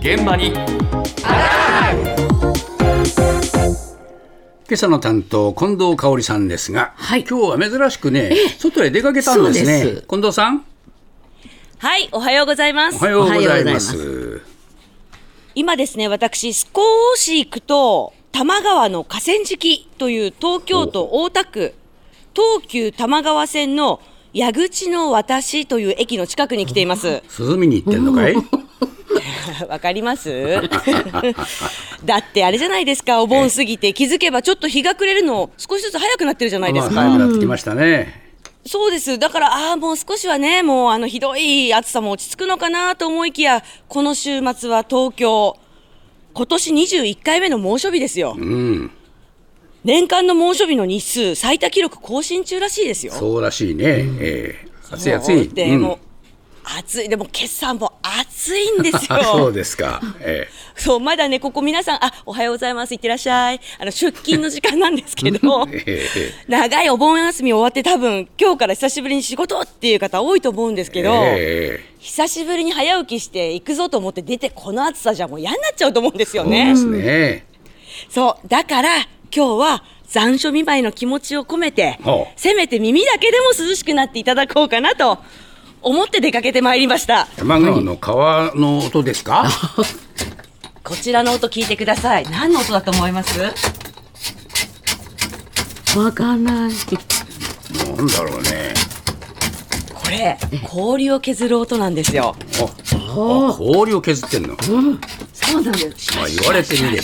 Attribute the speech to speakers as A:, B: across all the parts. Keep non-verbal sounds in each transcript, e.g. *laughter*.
A: 現場に
B: 今朝の担当近藤香織さんですが、
C: はい
B: 今日は珍しくね外へ出かけたんですね
C: そうです
B: 近藤さん
D: はい、おはようございま
B: お
D: す
B: は。ようございます
C: おは
D: 今ですね、私、少し行くと、多摩川の河川敷という東京都大田区、東急多摩川線の矢口の私という駅の近くに来ています。
B: 涼みに行ってんのかい
D: *laughs* わかります *laughs* だってあれじゃないですか、お盆過ぎて気づけばちょっと日が暮れるの少しずつ早くなってるじゃないで
B: まあ
D: す
B: 早
D: か。
B: くなってきましたね、
D: そうです。だから、ああ、もう少しはね、もうあの、ひどい暑さも落ち着くのかなと思いきや、この週末は東京、今年21回目の猛暑日ですよ。
B: うん、
D: 年間の猛暑日の日数、最多記録更新中らしいですよ。
B: そうらしいね、ええ暑い暑
D: そう
B: い
D: で、
B: うん
D: もう、暑い。でも、決算も暑いんです
B: *laughs* そう
D: よ。
B: ですか、え、
D: そう、まだね、ここ皆さん、あ、おはようございます。いってらっしゃい。あの、出勤の時間なんですけど
B: えええ
D: 長いお盆休み終わって多分、今日から久しぶりに仕事っていう方多いと思うんですけど、
B: ええ
D: 久しぶりに早起きして行くぞと思って出てこの暑さじゃもう嫌になっちゃうと思うんですよね。
B: で
D: そ
B: すね、
D: うだから今日は残暑見舞いの気持ちを込めて
B: ほう
D: せめて耳だけでも涼しくなっていただこうかなと思って出かけてまいりました
B: 玉川の川の音ですか
D: こちらの音聞いてください何の音だと思います
C: わかんない。
B: なんだろうね
D: これ氷を削る音なんですよ
B: ああ氷を削ってんの、
D: そうなんです
B: まあ、言われてみれば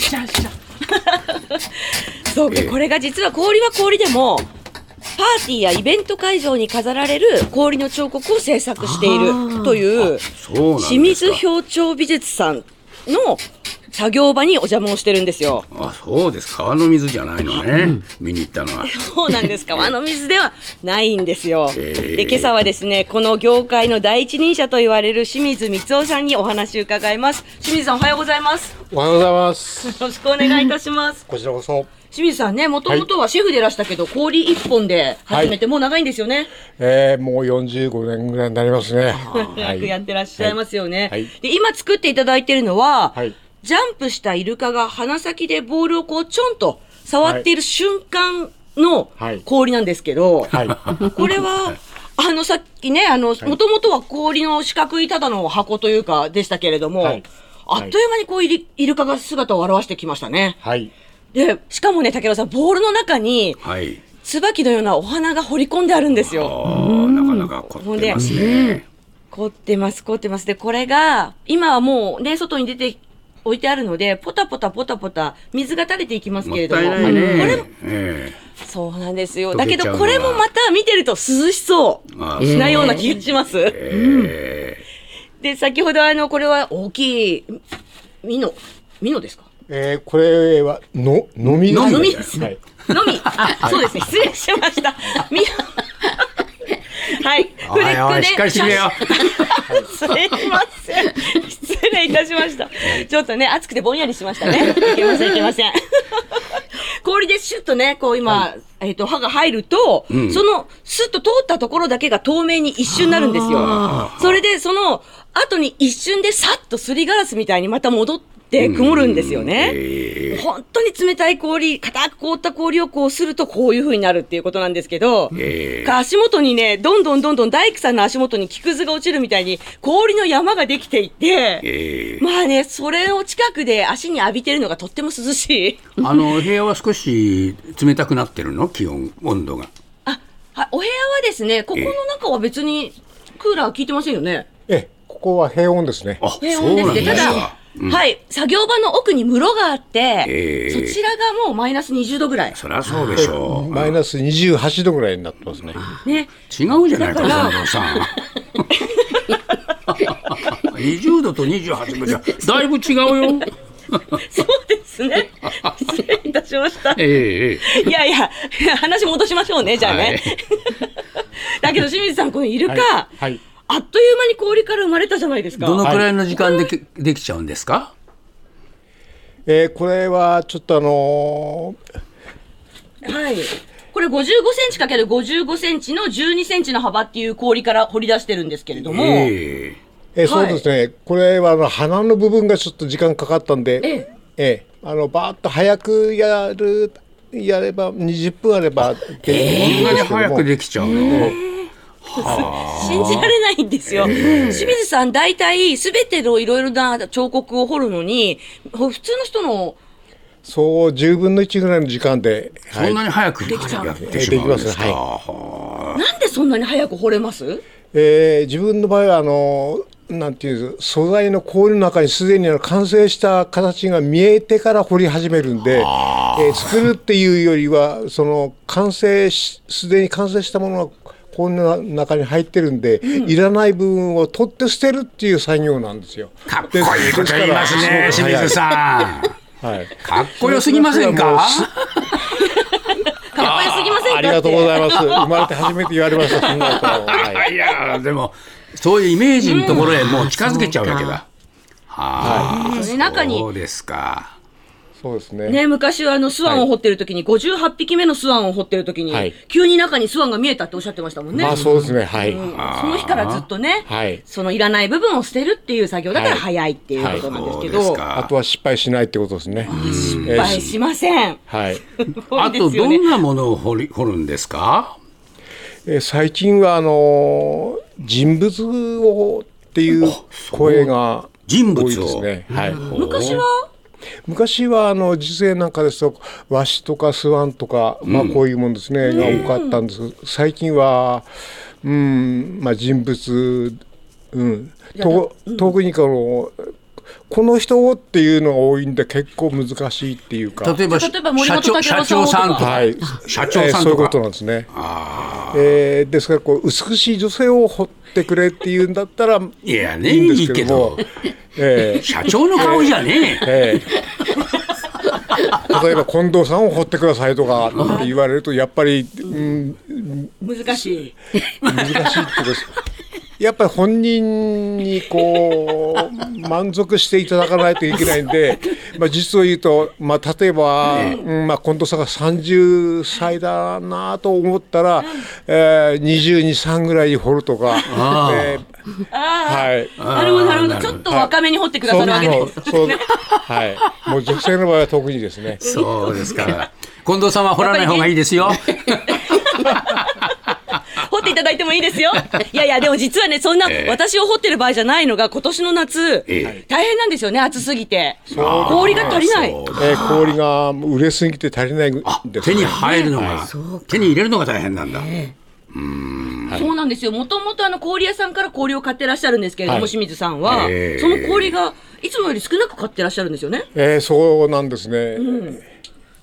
D: そうで、
B: ええ
D: これが実は氷は氷でもパーティーやイベント会場に飾られる氷の彫刻を制作しているという
B: そうなんですか
D: 清水表彫美術さんの作業場にお邪魔をしてるんですよ。
B: あそうです川の水じゃないのね、見に行ったのは
D: そうなんですか。 *laughs* あの水ではないんですよ。
B: ええ
D: で、今朝はですね、この業界の第一人者と言われる清水光雄さんにお話を伺います。清水さんおはようございます。
E: おはようございます。
D: よろしくお願いいたします。
E: こちらこそ、
D: 清水さんね、もともとはシェフでいらしたけど、氷一本で始めてもう長いんですよね。
E: えー、もう45年ぐらいになります
D: *laughs*
E: ね。は
D: 長くやってらっしゃいますよね。
E: はい
D: で今作っていただいてるのは、
E: はい
D: ジャンプしたイルカが鼻先でボールをこうちょんと触っている瞬間の
E: はい
D: 氷なんですけど、
E: はい。
D: これは、あのさっきね、あの、もともとは氷の四角いただの箱というかでしたけれども、
E: はい
D: あっという間にこうイルイルカが姿を現してきましたね。
E: はい。
D: で、しかもね、竹郎さん、ボールの中に
B: はい
D: 椿のようなお花が彫り込んであるんですよ。
B: あーなかなか凝ってますね。
D: 凍ってます、凍ってます。で、これが、今はもうね、外に出て置いてあるので、ポタポタポタポタ、水が垂れていきます
B: も
D: け
B: っ
D: れど
B: た
D: も。
B: いないね。
D: これ、
B: え
D: そうなんですよ。だ
B: 溶け
D: け
B: ちゃうの
D: ど、
B: は
D: これもまた見てると涼しそう
B: あ
C: え。
D: なような気がします。
B: ええ
D: で、先ほどあの、これは大きい、ミノ、ミノですか
E: えー、これは、の、飲み
B: 飲み
D: 飲みです
E: はい。
D: の
B: *laughs*
D: み。あ、そうですね。失礼しました。ミノ。はい。
B: おいおいしっかりしてくれよ。
D: すいません。失礼いたしました。ちょっとね、暑くてぼんやりしましたね。いけません、いけません。氷でシュッとね、こう今、えっ、と、歯が入ると、
B: ん
D: その、スッと通ったところだけが透明に一瞬なるんですよ。それで、その、後に一瞬でさっとすりガラスみたいにまた戻って曇るんですよね。
B: え
D: 本当に冷たい氷、硬く凍った氷をこうするとこういう風になるっていうことなんですけど、
B: え
D: が足元にね、どんどんどんどん大工さんの足元に木くずが落ちるみたいに氷の山ができていて、
B: ええ
D: まあね、それを近くで足に浴びてるのがとっても涼しい。
B: あの部屋は少し冷たくなってるの気温温度が。
D: あ、はお部屋はですね、ここの中は別にクーラー効いてませんよね。
E: え、ここは平穏ですね。
B: あ
D: 平
B: そ
D: 穏
B: うな
D: です
B: ん
D: ね。
B: で
D: た
B: す
D: だ
B: か。、
D: はい、作業場の奥に室があって、
B: ええ
D: そちらがもうマイナス20度ぐらい。
B: そりゃそうでしょう。
E: マイナス28度ぐらいになってますね。
B: *laughs*
D: ね。
B: 違うじゃないか
D: だから
B: 近藤さん。20度と28度じゃだいぶ違うよ。
D: そうですね。失礼いたしました。
B: ええええ
D: *laughs* いやいや、話戻しましょうね、じゃあね。
B: はい
D: *laughs* だけど清水さん、このイルカ、
E: はいはい
D: あっという間に氷から生まれたじゃないですか。
B: どのくらいの時間できできちゃうんですか。
E: えー、これは、ちょっとあの
D: はい。これ55センチかける55センチの12センチの幅っていう氷から掘り出してるんですけれども、
B: ええ
E: えーそ
D: は
E: う
D: い
E: ですね、これはあの鼻の部分がちょっと時間かかったんで、ええあのバーッと早くやるやれば20分あればって
B: こ
E: いうんん
B: な
E: で
B: に
E: すけど
B: 早
E: も
B: くできちゃうの
D: 信じられないんですよ。清水さん、大体すべてのいろいろな彫刻を彫るのに、ほ普通の人の、
E: そう10分の1ぐらいの時間で、は
B: そ
E: い
B: んなに早くやってしまうんです
E: できますね
B: か
D: なんでそんなに早く彫れます
E: えー自分の場合はあのなんていうんです素材の氷の中にすでにあの完成した形が見えてから掘り始めるんで、えー作るっていうよりはその完成しすでに完成したものが氷の中に入ってるんで、いらない部分を取って捨てるっていう作業なんですよ。
B: かっこいいこと言いますね
E: です
B: 清
E: から
B: 水さん
E: はい、
B: かっこよすぎませんか
D: かっこよすぎません
E: *laughs*
D: か
E: ありがとうご
D: い
E: ざいます。 *laughs* 生まれて初めて言われました。そんなことをはい
B: いやでもそういうイメージのところへもう近づけちゃうわけだは
D: ます。
B: あ
D: 中に
B: そうですか
E: そうですね。
D: ね、昔はあのスワンを掘ってる時に、58匹目のスワンを掘ってる時に、
E: はい
D: 急に中にスワンが見えたっておっしゃってましたもんね。
E: まあそうですね。はい。
D: うんその日からずっとね、
E: はい
D: そのいらない部分を捨てるっていう作業だから
E: はい
D: 早いっていうことなんですけど、
B: そうですか
E: あとは失敗しないってことですね。失
D: 失敗しません。
E: はい、
D: 多
B: あ
D: いで
B: と
D: すよ
B: ど
D: ね
B: んなものを掘り掘るんですか
E: えー最近はあのー人物をっていう声が
B: 人物を
E: 多いですね。はい、
D: 昔は
E: 昔はあの時勢なんかですとワシとかスワンとか、まあ、こういうもんですね、が多かったんです最近は、うんまあ、人物、うん、と特にこのこの人をっていうのが多いんで結構難しいっていうか。
B: 例えば
D: 例えば森
B: 社
D: 本
B: 長
D: 武
B: 社
D: 郎
B: 長さ
D: さ
B: んと
D: んと
B: か、
D: か
E: はい、
B: 社長
E: えー
B: さん
E: そ
B: と
E: ういうこ
B: か
E: となんですね。えーですからこう美しい女性を掘ってくれって言うんだったら
B: いやね
E: いいんですけども
B: いい、
E: えー
B: 社長の顔じゃねえ *laughs*
E: えー例えば近藤さんを掘ってくださいとかって言われるとやっぱり、うん、
D: 難しい。
E: 難しいってことです。やっぱり本人にこう満足していただかないといけないんで、まあ、実を言うと、まあ、例えば、うんまあ、近藤さんが30歳だなと思ったら、えー、22、3ぐらいに掘るとか、えーはい、
D: なるほど、なるほど。
B: なる
D: ち
B: ほど
D: ょっと若めに掘ってくだ
E: そ
D: さ
E: う
D: るわけで
E: そう
D: す。
E: そうはい、もう女性の場合は特にですね。
B: そうですか近藤さんは掘らない方がいいですよ
D: 掘っていただいてもいいですよ。いやいや、でも実はね、そんな
B: ええ
D: 私を掘ってる場合じゃないのが、今年の夏、
B: ええ
D: 大変なんですよね、暑すぎて。氷が足りない。
B: そう
E: えー氷が売れすぎて足りないん
B: あ
E: です
B: 手に
E: ね。
B: 入るのが、手に入れるのが大変なんだ、
D: そうなんですよ。もともとあの氷屋さんから氷を買ってらっしゃるんですけれども、
E: はい
D: 清水さんは、
B: へえ
D: その氷がいつもより少なく買ってらっしゃるんですよね。
E: えーそうなんですね。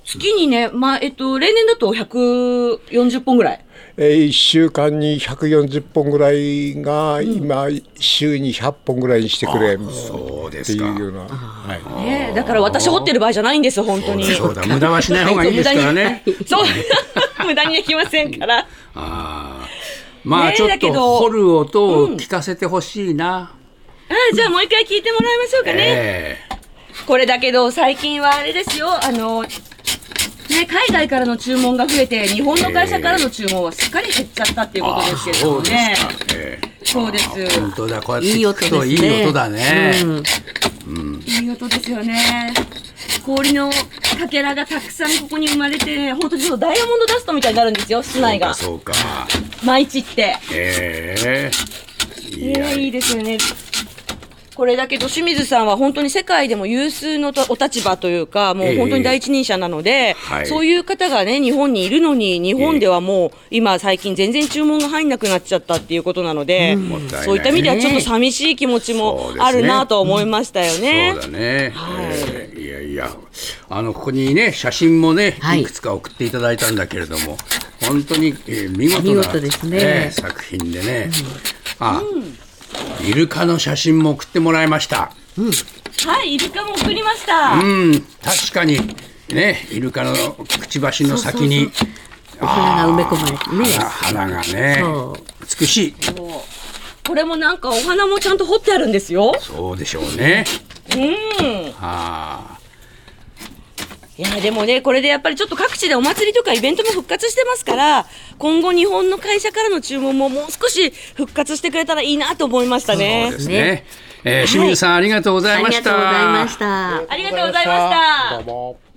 D: 月にね、まあ、えっと、例年だと140本ぐらい。
E: えー、1週間に140本ぐらいが今、週に100本ぐらいにしてくれっ
B: そうで
E: て
B: す
E: い
B: か
E: うような、はい、
D: ねえ、だから私掘ってる場合じゃないんです、本当に。
B: そうだ無駄はしない方がいいですからね
D: そう、 *laughs* 無駄にできませんから。
B: ああまあ
D: ねえ
B: ちょっ
D: だけ
B: と
D: ど
B: 掘る音を聞かせてほしいな、
D: あじゃあもう一回聞いてもらいましょうかね。
B: ええ
D: これだけど、最近はあれですよ、あの、ね、海外からの注文が増えて、日本の会社からの注文はすっかり減っちゃったっていうことですけれど
B: そ
D: も
B: うです
D: ね。
B: か、ええ
D: そうです。
B: 本当だこうやって聞くといい音だね
D: いい音ですよね。氷のかけらがたくさんここに生まれて、本当にちょっとダイヤモンドダストみたいになるんですよ、室内が。
B: そうかそうか
D: 舞い散って。
B: ええい
D: え
B: や
D: ー、いいですよね。これだけど清水さんは本当に世界でも有数のとお立場というか、もう本当に第一人者なので、
B: はい
D: そういう方がね、日本にいるのに、日本ではもう今、最近、全然注文が入んなくなっちゃったっていうことなの
B: った
D: で、
B: いないね
D: そういった意味ではちょっと寂しい気持ちもあるなとは思いましたよね。
B: そうだね、えーいやいやあのここにね写真もね、
A: はい
B: い、くつか送っていただいたんだけれども本当に、えー見事な
A: 見事ですね
B: 作品でね、あ、イルカの写真も送ってもらいました
D: はい、イルカも送りました。
B: うん確かにねイルカのくちばしの先に
A: お花が埋め込まれてね。
B: 花がね
A: そ
B: 美しい
D: これもなんかお花もちゃんと掘ってあるんですよ。
B: そうでしょうね
D: うん。
B: ああ
D: いやでもね、これでやっぱりちょっと各地でお祭りとかイベントも復活してますから、今後、日本の会社からの注文ももう少し復活してくれたらいいなと思いました
B: そう
D: ね
B: で。すね。えー清水さん、ありがとうござ
A: あ
B: い
A: り
B: ま
A: がとうございました。
D: ありがとうございました
E: どうも。